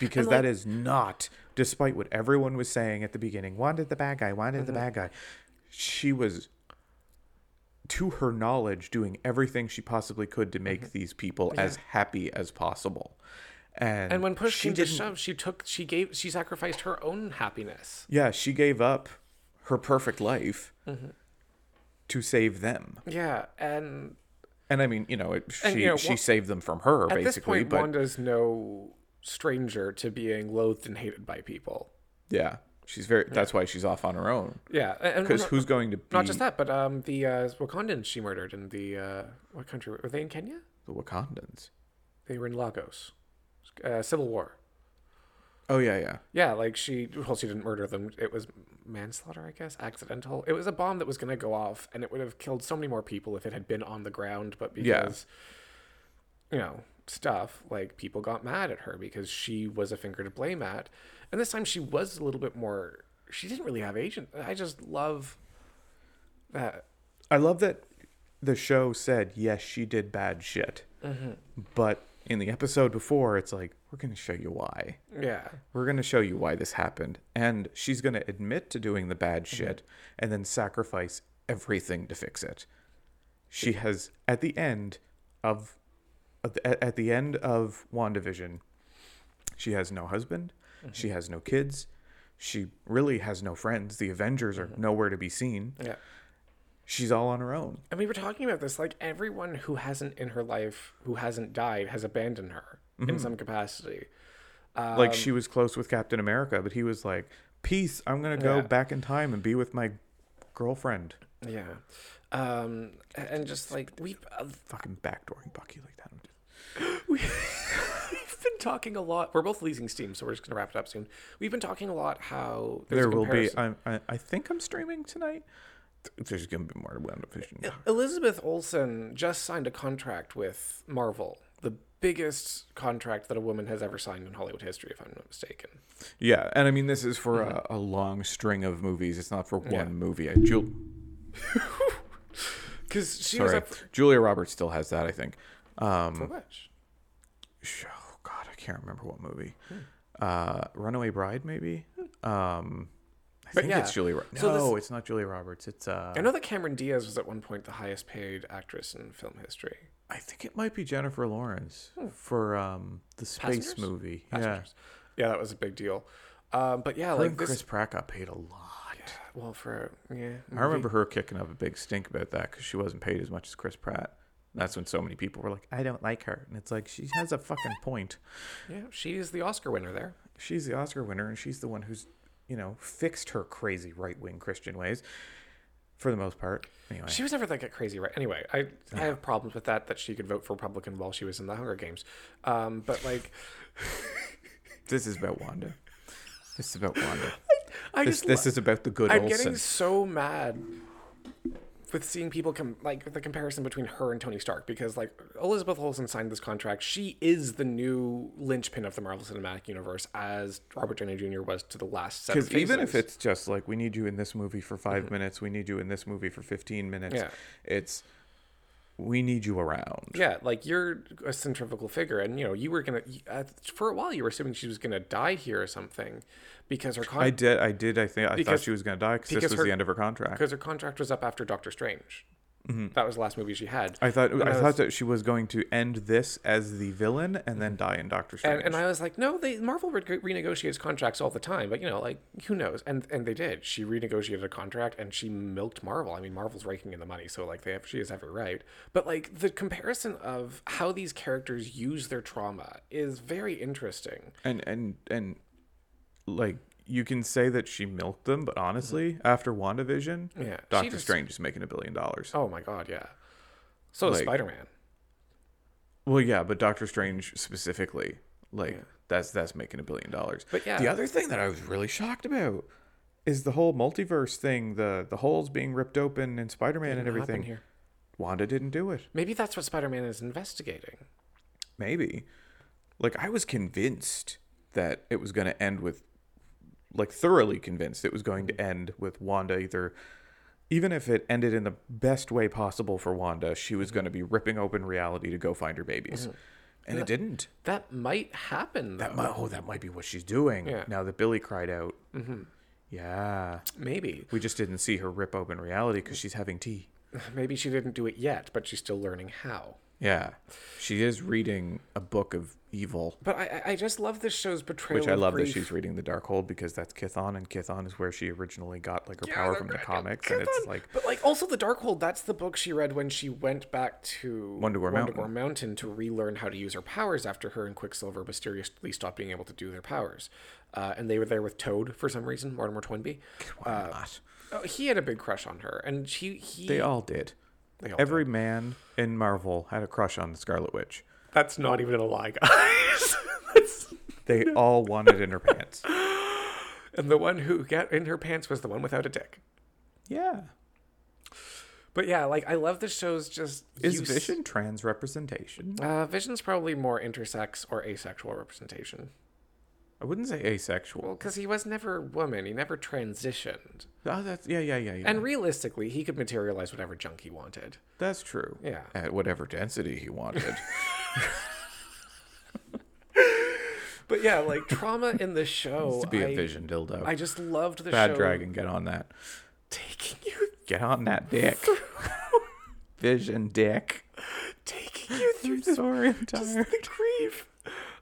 Because that is not, despite what everyone was saying at the beginning, wanted the bad guy, wanted
Mm-hmm.
the bad guy. She was, to her knowledge, doing everything she possibly could to make
Mm-hmm.
these people as happy as possible. And,
And when push
she
came to
didn't-
shove, she took she gave she sacrificed her own happiness.
yeah, she gave up her perfect life
Mm-hmm.
to save them.
Yeah, and
And I mean, you know, it, she
you know,
she
Wa-
saved them from her
at this
basically,
point,
but
Wanda's no stranger to being loathed and hated by people.
yeah, she's very. That's why she's off on her own.
Yeah, a- and
Because
not,
who's going to be
not just that, but um, the uh, Wakandans she murdered in the uh, what country were they in? Kenya?
the Wakandans?
They were in Lagos, uh, Civil War.
Oh yeah, yeah,
Yeah, like she well, she didn't murder them. It was manslaughter, I guess, accidental. It was a bomb that was going to go off, and it would have killed so many more people if it had been on the ground. But
Yeah.
because you know stuff, like people got mad at her because she was a finger to blame at, and this time she was a little bit more. She didn't really have agent. I just love that.
I love that the show said yes, she did bad shit, but in the episode before, it's like we're going to show you why.
Yeah,
We're going to show you why this happened. And she's going to admit to doing the bad shit and then sacrifice everything to fix it. she has at the end of at the- at the end of WandaVision, she has no husband, she has no kids, she really has no friends. The Avengers are nowhere to be seen.
Yeah.
She's all on her own.
And we were talking about this, like everyone who hasn't in her life, who hasn't died, has abandoned her in some capacity.
like
Um,
she was close with Captain America, but he was like, "Peace, I'm gonna go
Yeah.
back in time and be with my girlfriend."
Yeah. Um, and just like we've uh,
Fucking backdooring Bucky like that. I'm just-
we've been talking a lot. We're both losing steam, so we're just gonna wrap it up soon. We've been talking a lot how there's
There
a
will be. uh,
comparison-
I'm, I I think I'm streaming tonight. There's gonna be more WandaVision.
Elizabeth Olsen just signed a contract with Marvel, the biggest contract that a woman has ever signed in Hollywood history, if I'm not mistaken.
Yeah, and I mean this is for
Mm-hmm.
a, a long string of movies. It's not for one movie. I, Jul-
Because she was
sorry,
up for
Julia Roberts still has that. I think. Um,
for which?
sh- oh God, I can't remember what movie.
Hmm.
Uh, Runaway Bride, maybe. Um, I
But
think it's
yeah,
Julia. Ro- no,
so this-
it's not Julia Roberts. It's uh,
I know that Cameron Diaz was at one point the highest paid actress in film history.
I think it might be Jennifer Lawrence for um the space
Hmm. Passengers?
movie.
Passengers. Yeah, that was a big deal. Um, but yeah,
Yeah, like
like this.
Chris Pratt got paid a lot.
Well, for yeah,
I remember her kicking up a big stink about that because she wasn't paid as much as Chris Pratt. That's when so many people were like, "I don't like her," and it's like she has a fucking point.
yeah, she is the Oscar winner there.
She's the Oscar winner, and she's the one who's you know fixed her crazy right wing Christian ways for the most part. Anyway,
She was never that get crazy, right? Anyway, I I have problems with that that she could vote for Republican while she was in the Hunger Games. Um, but like,
this is about Wanda. This is about Wanda.
I
This
just
this is about the good
I'm
Olsen.
getting so mad with seeing people come like the comparison between her and Tony Stark because like Elizabeth Olsen signed this contract. She is the new linchpin of the Marvel Cinematic Universe as Robert Downey Jr. was to the last set.
Because
Because
even if it's just like we need you in this movie for 5 minutes, we need you in this movie for fifteen minutes,
Mm-hmm. Yeah.
it's we need you around.
yeah, like you're a centrifugal figure, and you know you were gonna uh, for a while you were assuming she was gonna die here or something because her
I
con-
did, I did. I think I
Because-
thought she was gonna die because this
because
was
her-
the end of her contract.
because her contract was up after Doctor Strange. That was the last movie she had.
Mm-hmm. I thought I,
I
thought that she was going to end this as the villain and then die in Doctor Strange.
and, Mm-hmm. and I was like, no, they Marvel re- renegotiates contracts all the time, but you know, like who knows? And and they did. She renegotiated a contract and she milked Marvel. I mean, Marvel's raking in the money, so like they have, she has every right. But like the comparison of how these characters use their trauma is very interesting.
and and and like you can say that she milked them, but honestly, after WandaVision,
Mm-hmm. Yeah, she
Doctor
just-
Strange is making a billion dollars.
Oh my god, yeah. So is
Like-
Spider Man.
Well, yeah, but Doctor Strange specifically, like that's that's making a billion dollars.
But yeah.
the other thing that I was really shocked about is the whole multiverse thing, the the holes being ripped open and Spider Man and everything.
here.
Wanda didn't do it.
Maybe that's what Spider Man is investigating.
Maybe, like I was convinced that it was going to end with, like thoroughly convinced it was going
Mm.
to end with Wanda either. Even if it ended in the best way possible for Wanda, she
Mm-hmm.
was going to be ripping open reality to go find her babies. And it didn't.
That might happen. Though.
That might, oh, that might be what she's doing.
Yeah. Mm-hmm.
Now that Billy cried out. Yeah.
Maybe.
We just didn't see her rip open reality because she's having tea.
Maybe she didn't do it yet, but she's still learning how.
Yeah. She is reading a book of evil,
But I, I- I just love this show's portrayal.
which I
of
love that
grief.
she's reading the Darkhold because that's Kithon, and Kithon is where she originally got like her power
they're
from the
right.
comics.
Come
And it's
on.
like,
but like also the Darkhold. That's the book she read when she went back to
Wondergore Mountain.
Mountain to relearn how to use her powers after her and Quicksilver mysteriously stopped being able to do their powers, uh, and they were there with Toad for some reason. Mortimer Twinbee.
why not?
Oh, he had a big crush on her, and she he.
uh, They all did.
They all
Every man in Marvel had a crush on the Scarlet Witch.
that's not even a lie, guys. That's-
They all wanted in her pants.
and the one who got in her pants was the one without a dick.
Yeah.
But yeah, like I love the show's just
Is
use-
Vision trans representation?
Uh, Vision's probably more intersex or asexual representation.
I wouldn't say asexual.
Well, because he was never a woman. He never transitioned.
Oh, that's yeah, yeah, yeah, yeah.
And realistically, he could materialize whatever junk he wanted.
that's true.
Yeah.
At whatever density he wanted.
But yeah, like trauma in the show.
to be a
I-
vision dildo.
I just loved the
Bad
show
dragon, get on that.
taking you
Get on that dick. Vision dick.
taking you through
I'm
this
sorry, I'm
just
tired.
the grief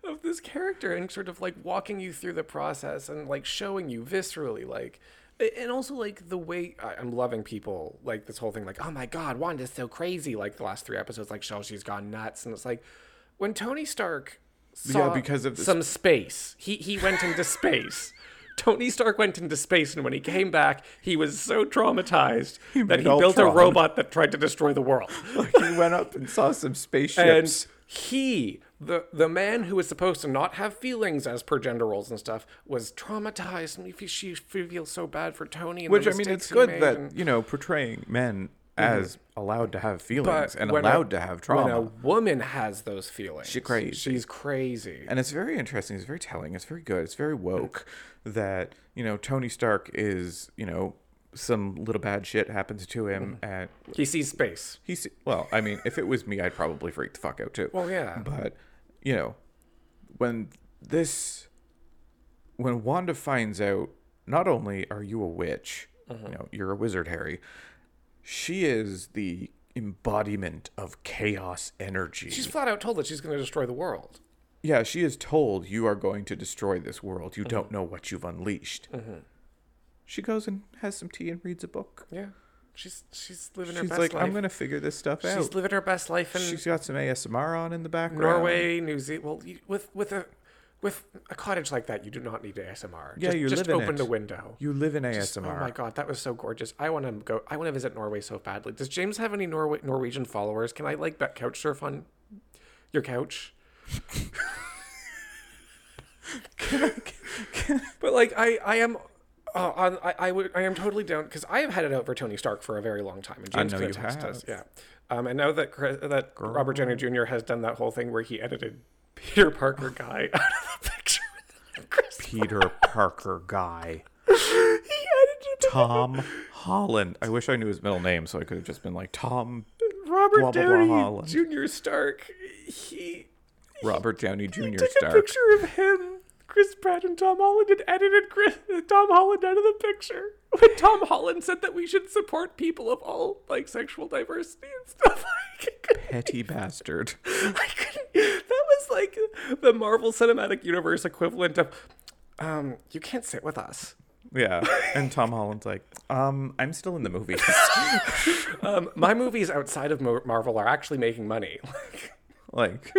of this character and sort of like walking you through the process and like showing you viscerally like a- and also like the way I- i'm loving people like this whole thing like oh my god wanda's so crazy like the last three episodes like so she's gone nuts and it's like when tony stark saw
Yeah, because of the
some space he he went into space Tony Stark went into space, and when he came back, he was so traumatized that
made
he built a
Ultron.
robot that tried to destroy the world.
he went up and saw some
And
spaceships.
he, the the man who is supposed to not have feelings as per gender roles and stuff, was traumatized, and we- she feels so bad for Tony. And
Which
the
I mean,
mistakes
it's
he
good
made and-
that you know portraying men as allowed to have feelings
Mm-hmm. but
and
when
allowed
a,
to have
When a
trauma,
woman has those feelings, she's
crazy.
She's crazy.
and it's very interesting. It's very telling. It's very good. It's very woke. That you know Tony Stark is you know some little bad shit happens to him
Mm-hmm.
and
he sees space.
he's well. I mean, if it was me, I'd probably freak the fuck out too.
Well, yeah.
But you know, when this, when Wanda finds out, not only are you a witch,
Uh-huh.
you know, you're a wizard, Harry. She is the embodiment of chaos energy.
She's flat out told that she's going to destroy the world.
yeah, she is told you are going to destroy this world.
Uh-huh.
You don't know what you've unleashed. She goes and has some tea and reads a book.
Yeah, she's she's living her
She's
best
like,
life.
I'm going to figure this stuff
she's
out.
living her best life in
She's got some ASMR on in the background.
Norway, New Zealand. Well, you, with with a with a cottage like that, you do not need ASMR.
Yeah,
just,
you
just
live in
open
it.
the window.
You live in ASMR.
Oh my god, that was so gorgeous. I want to go. I want to visit Norway so badly. Does James have any Norway Norwegian followers? Can I like bet couch surf on your couch? but like I, I am. Oh, on, I, I would, I am totally down because I have had it out for Tony Stark for a very long time, and James
know
can
you
attest to this.
have.
Yeah, um, and now that Chris, that Robert Downey Jr. has done that whole thing where he edited Peter Parker guy out of the picture. Chris, he
Peter Parker guy.
edited
Tom Holland. I wish I knew his middle name so I could have just been like Tom
Robert
Blah, blah, blah,
Downey
Holland.
Jr. Stark. He
Robert Downey Jr.
took a
Stark.
picture of him, Chris Pratt, and Tom Holland, and edited Chris, Tom Holland out of the picture. When Tom Holland said that we should support people of all like sexual diversity and stuff, like, I couldn't-
Petty bastard.
I couldn't. That was like the Marvel Cinematic Universe equivalent of, um, you can't sit with us.
Yeah. And Tom Holland's like, um, I'm still in the movies.
Um, my movies outside of Mar- Marvel are actually making money.
like,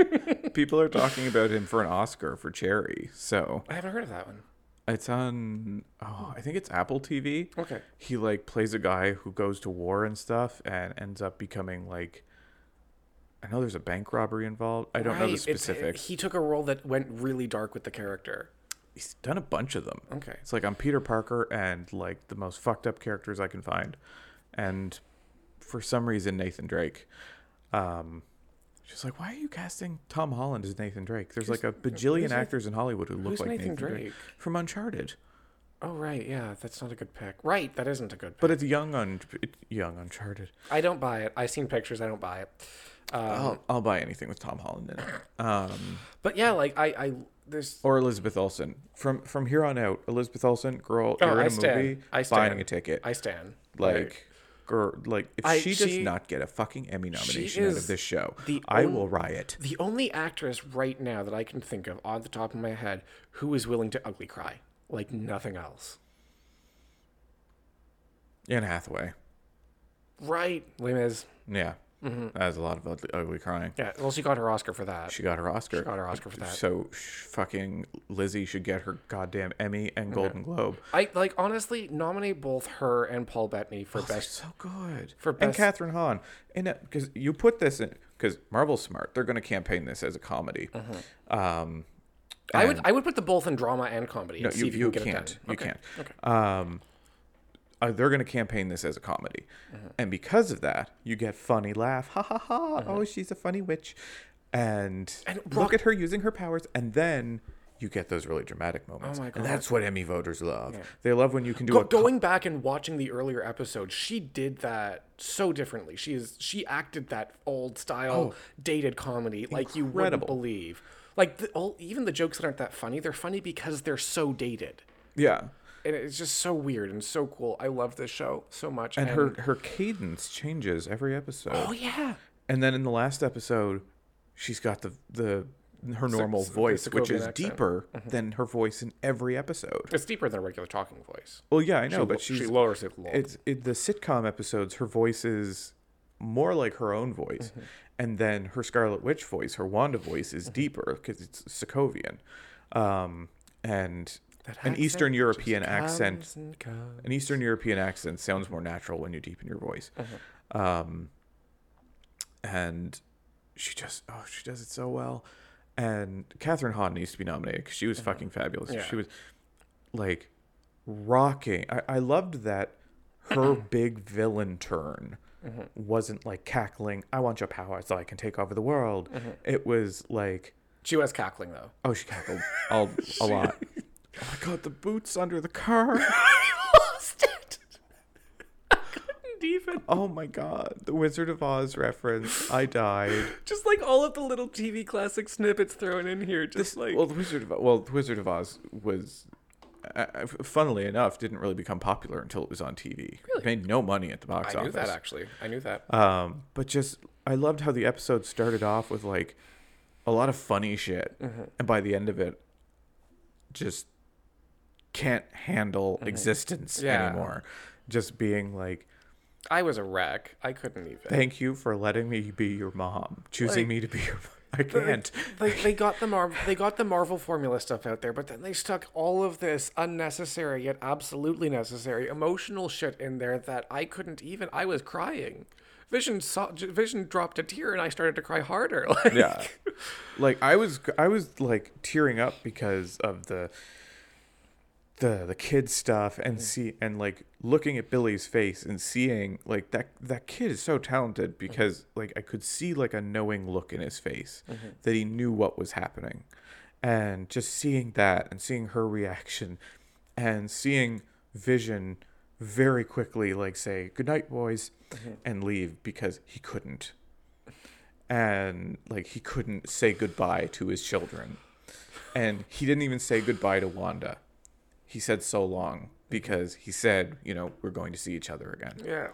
people are talking about him for an Oscar for Cherry. So
I haven't heard of that one.
it's on, oh, I think it's Apple TV.
Okay.
He like plays a guy who goes to war and stuff and ends up becoming like, I know there's a bank robbery involved. I don't know the
Right, it's-
specifics.
he took a role that went really dark with the character.
he's done a bunch of them.
Okay.
It's like I'm Peter Parker and like the most fucked up characters I can find. And for some reason Nathan Drake. Um she's like, Why are you casting Tom Holland as Nathan Drake? There's like a bajillion actors in Hollywood who look
who's
like
Nathan
Nathan, Drake?
Drake?
from Uncharted.
Oh right, yeah, that's not a good pick. Right, that isn't a good pick.
But it's young un it- young Uncharted.
I don't buy it. I've seen pictures. I don't buy it. Uh,
I'll, I'll buy anything with Tom Holland in it. Um
But yeah, like I, I there's
or Elizabeth Olsen. From from here on out, Elizabeth Olsen, girl,
Oh,
you're in
I
a
stand.
movie
I
buying
stand.
a ticket.
I stand
Like, girl, like if
I-
she does
she-
not get a fucking Emmy nomination out
is
of this show,
the
I
only-
will riot.
the only actress right now that I can think of on the top of my head who is willing to ugly cry like nothing else.
Anne Hathaway.
Right, Liz.
Yeah,
Mm-hmm.
that was a lot of ugly, ugly crying.
Yeah, well, she got her Oscar for that. She
She got her Oscar.
got her Oscar for that.
So sh- fucking Lizzie should get her goddamn Emmy and
Mm-hmm.
Golden Globe.
I like honestly nominate both her and Paul Bettany for
They're
best
so good.
For
and
best-
Catherine Hahn, and because you put this in, because Marvel's smart, they're going to campaign this as a comedy.
Mm-hmm.
Um,
I would I would put the both in drama and comedy and
No,
see
you,
if you,
you
can get
can't.
it done.
You
okay.
can't.
Okay.
Um, uh, they're going to campaign this as a comedy,
Uh-huh.
and because of that, you get funny laugh, ha ha ha. Oh, she's a funny witch, and,
Uh-huh. And
look at her using her powers, and then you get those really dramatic moments.
Oh my
And that's what Emmy voters love. They love when you can do a
But going back and watching the earlier episodes, she did that so differently. She is she acted that old style, dated comedy like you wouldn't
Oh. Incredible.
believe. Like the, all, even the jokes that aren't that funny, they're funny because they're so dated.
yeah.
and it's just so weird and so cool. I love this show so much.
And her her cadence changes every episode.
oh yeah,
And then in the last episode, she's got the the her normal
s- the
voice, which
Sokovian
is
accent. Uh-huh.
deeper than her voice in every episode.
it's deeper than a regular talking voice.
Well, yeah, I know, but
she
she's
lowers it. a little.
it's it, the sitcom episodes. Her voice is more like her own voice,
Mm-hmm.
and then her Scarlet Witch voice, her Wanda voice, is deeper because it's Sokovian, um, and
That
an
accent
Eastern European
comes
accent
and goes.
an Eastern European accent sounds more natural when you deepen your voice. Um, and she just, oh, she does it so well. And Catherine Hahn needs to be nominated because she was fucking fabulous.
Yeah.
She was like rocking. I, I loved that her big villain turn wasn't like cackling, I want your power so I can take over the world. It was like,
She was cackling though.
oh, she cackled all, a lot. Oh my god, the boots under the car.
lost it. I couldn't even.
Oh my god, the Wizard of Oz reference. I died.
Just like all of the little TV classic snippets thrown in here, just like
well, the Wizard of well, the Wizard of Oz was, uh, uh, funnily enough, didn't really become popular until it was on TV. Really? Made no money at the box
I knew
office.
that actually. I knew that.
Um, but just I loved how the episode started off with like a lot of funny shit,
Mm-hmm.
and by the end of it, just can't handle existence
Mm-hmm. Yeah.
anymore. Just being like,
I was a wreck. I couldn't even.
"Thank you for letting me be your mom, choosing
Like,
me to be your." I can't.
They, they got the Mar- they got the Marvel formula stuff out there, but then they stuck all of this unnecessary yet absolutely necessary emotional shit in there that I couldn't even. I was crying. Vision saw Vision dropped a tear, and I started to cry harder. Like,
yeah like i was i was like tearing up because of the the the kid stuff and see and like looking at billy's face and seeing like that that kid is so talented because like i could see like a knowing look in his face that he knew what was happening and just seeing that and seeing her reaction and seeing vision very quickly like say good night boys and leave because he couldn't and like he couldn't say goodbye to his children and he didn't even say goodbye to wanda he said so long because he said you know we're going to see each other again
yeah.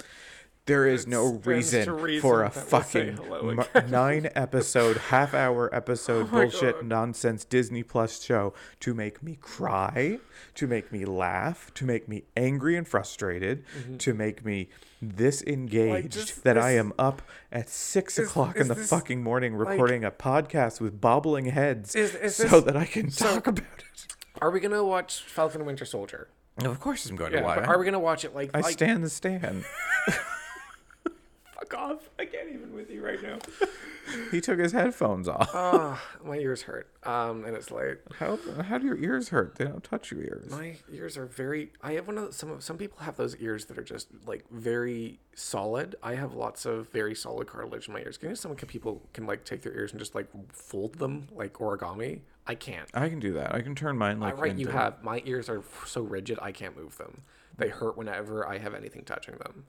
there is no
It's- there's
reason,
a reason
for a
that we'll say
fucking
hello Oh
mu- nine episode half hour episode bullshit nonsense disney plus show to make me cry to make me laugh to make me angry and frustrated to make me this engaged
Mm-hmm. just
that i
this-
am up at six o'clock in
is
the
this,
fucking morning recording a podcast with bobbling heads
Is- is
so
this-
that i can talk about it
Are we gonna watch Falcon and Winter Soldier?
of course i'm going
Yeah,
to lie
but are we gonna watch it like
i
like
stand the stand
fuck off? I can't even with you right now.
he took his headphones off
Ah, my ears hurt. Um, and it's late.
How how do your ears hurt? They don't touch your ears.
My ears are very. I have one of those, some. of- Some people have those ears that are just like very solid. I have lots of very solid cartilage in my ears. Can you know some people can like take their ears and just like fold them like origami? I can't.
I can do that. I can turn mine like
right, you
into-
have my ears are f- so rigid. I can't move them. They hurt whenever I have anything touching them.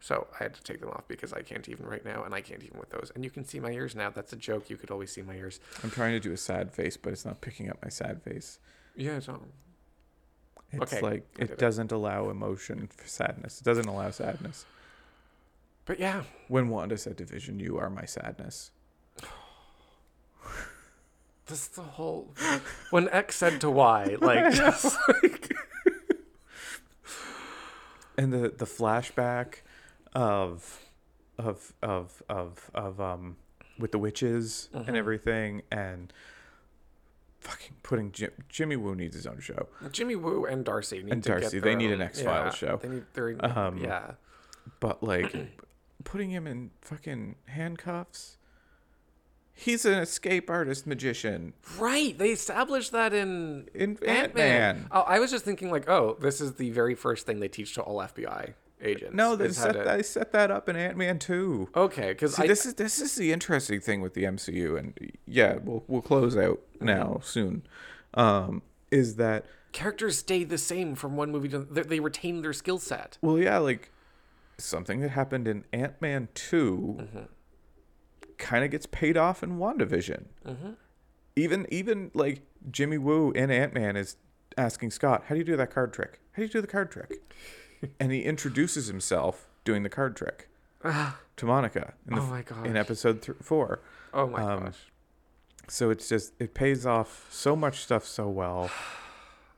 So I had to take them off because I can't even right now, and I can't even with those. And you can see my ears now. That's a joke. You could always see my ears.
I'm trying to do a sad face, but it's not picking up my sad face.
Yeah, it's not.
It's
Okay,
like
I did
it
it.
doesn't allow emotion for sadness. It doesn't allow sadness.
But yeah,
When Wanda said to Vision, "You are my sadness,"
This the whole when X said to Y, like just like
and the the flashback of of of of of um with the witches
Mm-hmm.
and everything and fucking putting Jim, Jimmy Woo needs his own show.
Jimmy Woo and Darcy need
And
to get
Darcy,
their
they need
own-
an X-Files
yeah,
show.
They need their
Um,
yeah.
but like p- putting him in fucking handcuffs he's an escape artist magician
Right, they established that in
in
Ant-Man.
ant-man
Oh, I was just thinking like, oh, this is the very first thing they teach to all FBI agents.
no they
is how
set,
to-
that, they set that up in ant-man too
Okay, because
See,
I
this is this is the interesting thing with the MCU, and yeah, we'll we'll close out now soon. Um, is that
characters stay the same from one movie to they, they retain their skill set.
well, yeah, like something that happened in Ant Man 2
Mm-hmm.
kind of gets paid
Mm-hmm.
off in WandaVision. Even even like Jimmy Woo in Ant Man is asking Scott, "How do you do that card trick? How do you do the card trick?" and he introduces himself doing the card trick to Monica in, the,
Ah. Oh
f-
my gosh.
in episode th- four.
Oh my
Um,
gosh.
So it's just it pays off so much stuff so well.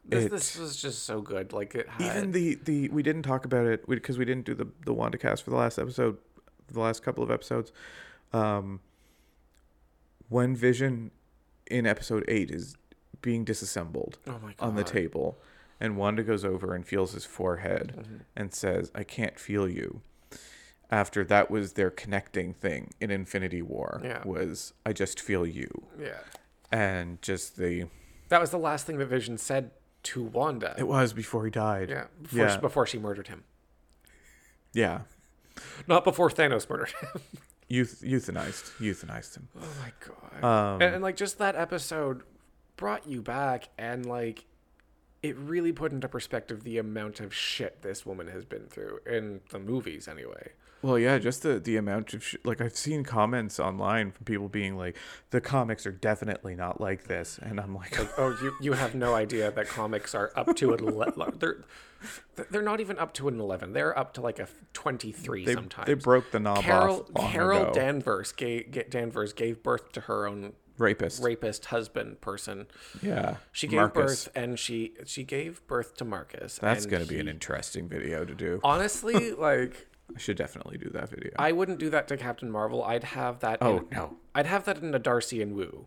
This,
it-
this was just so good. Like it had
Even the the we didn't talk about it because we didn't do the the Wanda cast for the last episode, the last couple of episodes. Um, when Vision in episode eight is being disassembled
oh my
on the
God.
table, and Wanda goes over and feels his forehead and says, "I can't feel you." After that was their connecting thing in Infinity War
Yeah.
was I just feel you
Yeah.
and just the
That was the last thing that Vision said to Wanda.
it was before he died
yeah. Before,
yeah.
She, before she murdered him.
yeah
Not before Thanos murdered him.
Euth- euthanized euthanized him
oh my god.
Um,
and, and like just that episode brought you back and like it really put into perspective the amount of shit this woman has been through in the movies anyway.
Well, yeah, just the the amount of sh- like I've seen comments online from people being like, the comics are definitely not like this, and I'm like,
Oh, you you have no idea that comics are up to an eleven. They're they're not even up to an eleven. They're up to like a twenty three
they,
sometimes.
they broke the knob
Carol
off long
Carol
ago.
Danvers gave Danvers gave birth to her own
rapist.
rapist husband person.
yeah,
She gave
Marcus.
birth and she she gave birth to Marcus.
That's
and
gonna be an
he-
interesting video to do.
honestly like
I should definitely do that video.
I wouldn't do that to Captain Marvel. I'd have that.
oh
in,
no,
I'd have that in a Darcy and Wu,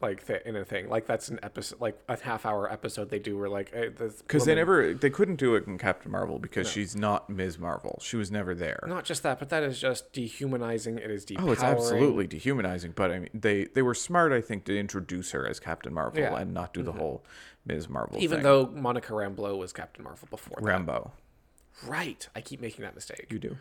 like th- in a thing. Like that's an episode, like a half hour episode they do where like eh,
because they never they couldn't do it in Captain Marvel because she's not Ms. Marvel. She was never there.
Not just that, but that is just dehumanizing. It is depowering.
Oh, it's absolutely dehumanizing. But I mean, they they were smart, I think, to introduce her as Captain Marvel
Yeah. Mm-hmm.
and not do the whole Ms. Marvel
Even
thing.
though Monica Rambeau was Captain Marvel before, that.
Rambo.
right? I keep making that mistake.
You do.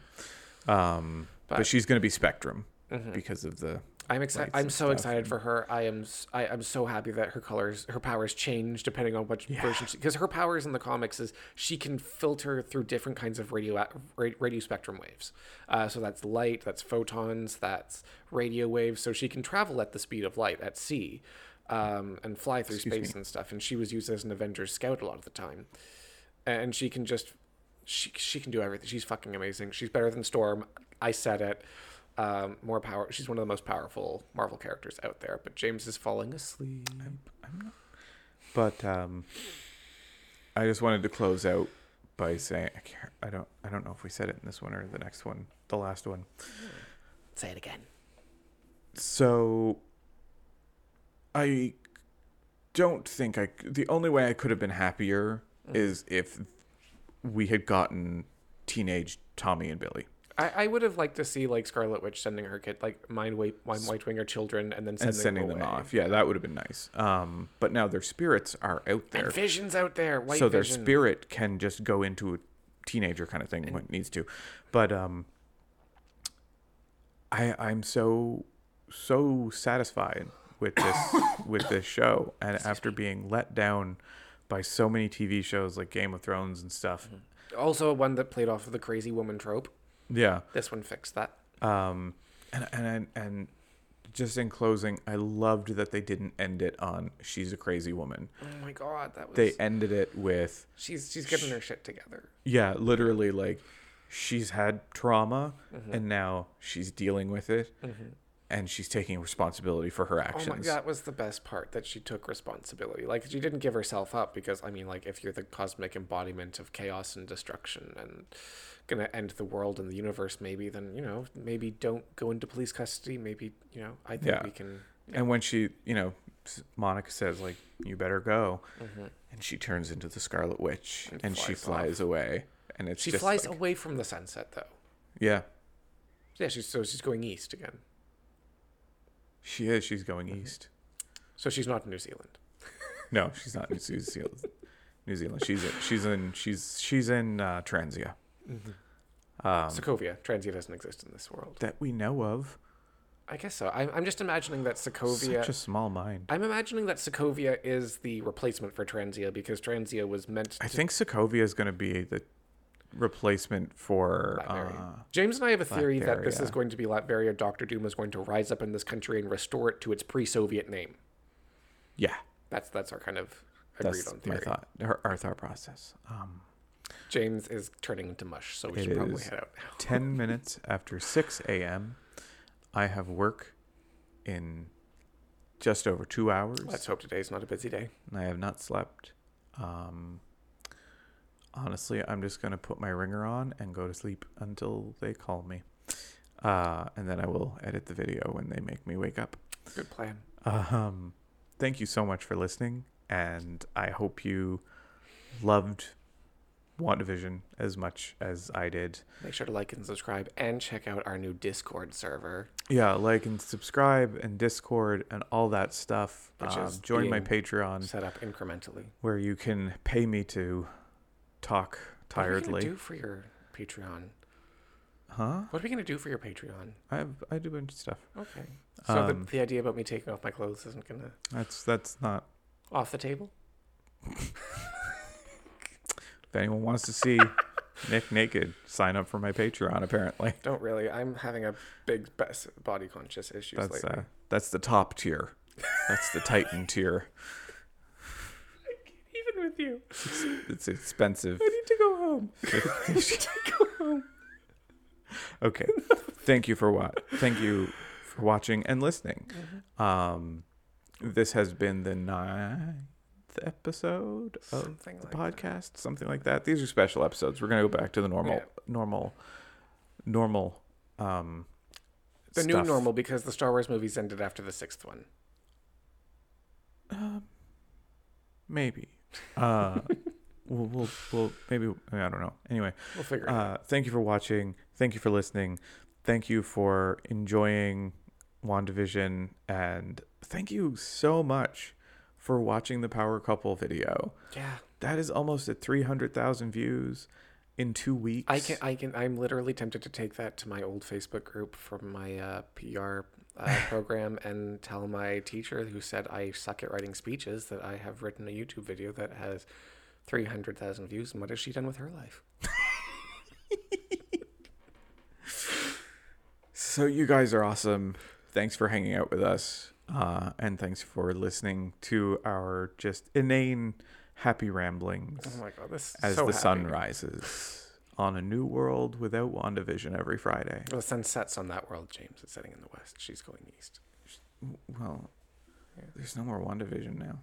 Um, but, Mm-hmm.
But-
she's going to be Spectrum because of the.
I'm excited.
Lights
I'm
and
so
stuff
excited for her. I am. s- I, am so happy that her colors, her powers change depending on which version. Because her powers in the comics is she can filter through different kinds of radio ra- radio spectrum waves. Uh, so that's light. That's photons. That's radio waves. So she can travel at the speed of light at sea, um, and fly through space and stuff. And she was used as an Avengers scout a lot of the time, and she can just. She, she can do everything. She's fucking amazing. She's better than Storm. I said it um, more power. She's one of the most powerful Marvel characters out there. But James is falling asleep.
But um, I just wanted to close out by saying I, can't, I don't I don't know if we said it in this one or the next one, the last one.
Say it again.
So I don't think I c- the only way I could have been happier is if we had gotten teenage Tommy and Billy.
I, I would have liked to see like Scarlet Witch sending her kid like mind white mind white winger children and then sending,
And sending them
away.
off. Yeah, that would have been nice. Um, but now their spirits are out there.
And visions out there. White
so their
vision.
spirit can just go into a teenager kind of thing when it needs to but um i i'm so so satisfied with this with this show and after being let down by so many tv shows like game of thrones and stuff
Mm-hmm. also one that played off of the crazy woman trope.
yeah
This one fixed that.
um and and and just in closing i loved that they didn't end it on she's a crazy woman
Oh my god, that was.
they ended it with
she's she's getting her shit together.
Yeah, literally, like she's had trauma
Mm-hmm.
and now she's dealing with it and she's taking responsibility for her
Oh my,
actions.
that was the best part that she took responsibility. Like she didn't give herself up because I mean, like if you're the cosmic embodiment of chaos and destruction and gonna end the world and the universe, maybe then you know maybe don't go into police custody. Maybe you know I think
Yeah.
we can.
And when she, you know, s- Monica says, like, you better go. And she turns into the Scarlet Witch and, she
Mm-hmm. flies off.
flies away. And it's
She
just
flies
like-
away from the sunset though.
yeah,
Yeah, she's so she's going east again.
she is. She's going
Mm-hmm.
east.
So she's not in New Zealand.
No, she's not in New Zealand. New Zealand. She's in, she's in she's she's in uh, Transia
Mm-hmm.
Um,
Sokovia Transia doesn't exist in this world.
that we know of.
I guess so. I'm, I'm just imagining that Sokovia.
Such a small mind.
I'm imagining that Sokovia is the replacement for Transia because Transia was meant
I think Sokovia is going to be the replacement for.
Latveria.
Uh,
James and I have a theory that this is
Latveria.
going to be Latveria. Doctor Doom is going to rise up in this country and restore it to its pre-Soviet name.
yeah,
That's that's our kind of agreed
That's
on
my
theory.
thought, or our thought process. Um,
James is turning into mush, so we
It
should probably
is.
head out.
10 minutes after 6 a.m., I have work in just over two hours.
Let's hope today's not a busy day.
and I have not slept. Um, honestly, I'm just going to put my ringer on and go to sleep until they call me. Uh, and then I will edit the video when they make me wake up.
Good plan.
Um, thank you so much for listening, and I hope you loved WandaVision as much as I did.
Make sure to like and subscribe and check out our new Discord server.
Yeah, like and subscribe and Discord and all that stuff.
Which
Um,
is
join my
being
Patreon
Set up incrementally.
where you can pay me to talk
What are we gonna
tiredly.
do for your Patreon?
Huh?
What are we gonna do for your Patreon?
I have, I do a bunch of stuff.
Okay. So
Um,
the, the idea about me taking off my clothes isn't gonna
That's that's not.
off the table.
If anyone wants to see Nick naked, sign up for my Patreon. Apparently,
Don't really. I'm having a big bes- body conscious issues
that's
lately.
uh, that's the top tier. That's the Titan tier.
Even with you,
It's expensive.
I need to go home. I need to go home.
Okay. Thank you for what. Thank you for watching and listening.
Mm-hmm.
Um, this has been the ninth episode of
Something
Oh, the
like
podcast, something like that. These are special episodes. We're gonna go back to the normal,
Yeah.
normal, normal. Um,
the new
stuff.
normal because the Star Wars movies ended after the sixth one.
Um, maybe. Uh, we'll, we'll, we'll maybe I don't know. Anyway,
We'll figure it out.
uh, thank you for watching. Thank you for listening. Thank you for enjoying WandaVision, and thank you so much for watching the Power Couple video.
Yeah,
That is almost at three hundred thousand views in two weeks.
I can. I can. I'm literally tempted to take that to my old Facebook group from my uh, PR uh, program and tell my teacher, who said I suck at writing speeches, that I have written a YouTube video that has three hundred thousand views. And what has she done with her life?
So you guys are awesome. Thanks for hanging out with us, uh, and thanks for listening to our just inane happy ramblings.
Oh my god, this is
as
so
the sun
happy.
rises on a new world without WandaVision every Friday.
The sun sets on that world, James. It's setting in the west. She's going east.
Well, there's no more WandaVision now.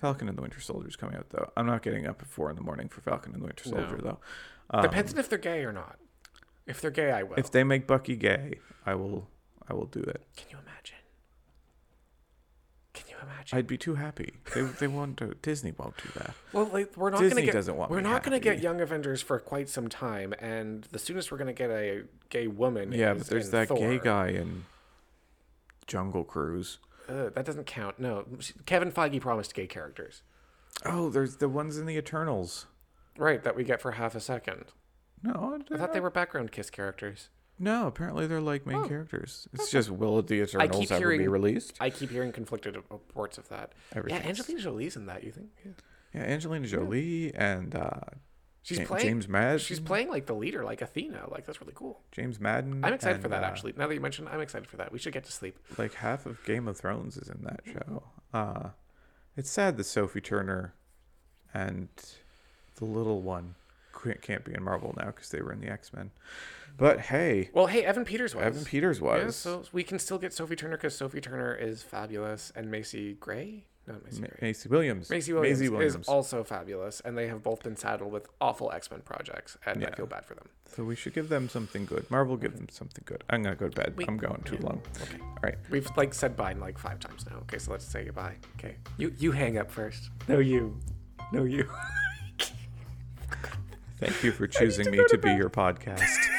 Falcon and the Winter Soldier is coming out though. I'm not getting up at four in the morning for Falcon and the Winter Soldier though. Um,
Depends on if they're gay or not. If they're gay, I will.
If they make Bucky gay, I will. I will do it.
Can you imagine? Can you imagine?
I'd be too happy. They, they won't. Do, Disney won't do that.
Well, like, we're not
Disney
gonna get,
doesn't want
We're
me
not gonna get
happy.
Young Avengers for quite some time, and the soonest we're gonna get a gay woman.
Yeah,
is
but there's
in
that gay
Thor.
guy in Jungle Cruise.
Ugh, that doesn't count. No, Kevin Feige promised gay characters,
Oh, there's the ones in the Eternals.
right? That we get for half a second.
No,
I thought they were background kiss characters.
No, apparently they're like main characters. It's just will the
I
Eternals
keep
ever be
hearing-
released?
I keep hearing conflicted reports of that. Yeah,
Everything's-
Angelina Jolie's in that. You think? Yeah.
Yeah, Angelina Jolie and uh,
She's
Ja-
playing.
James Madden.
She's playing like the leader, like Athena. Like that's really cool.
James Madden.
I'm excited for
and,
that.
uh,
Actually, now that you mentioned, I'm excited for that. We should get to sleep.
like half of Game of Thrones is in that show. Uh, it's sad that Sophie Turner and the little one qu- can't be in Marvel now because they were in the X Men. But hey,
Well, hey, Evan Peters was.
Evan Peters was.
Yeah, so we can still get Sophie Turner because Sophie Turner is fabulous, and Macy Gray, not Macy
Ma-
Gray,
Macy Williams.
Macy Williams,
Maisie
is also fabulous, and they have both been saddled with awful X Men projects, and I
Yeah.
feel bad for them.
so we should give them something good. Marvel, give them something good. I'm gonna go to bed.
We-
I'm going too long.
Okay,
All right.
we've like said bye like five times now. Okay, so let's say goodbye. Okay, you you hang up first. No, you, no, you.
Thank you for choosing me to be your podcast.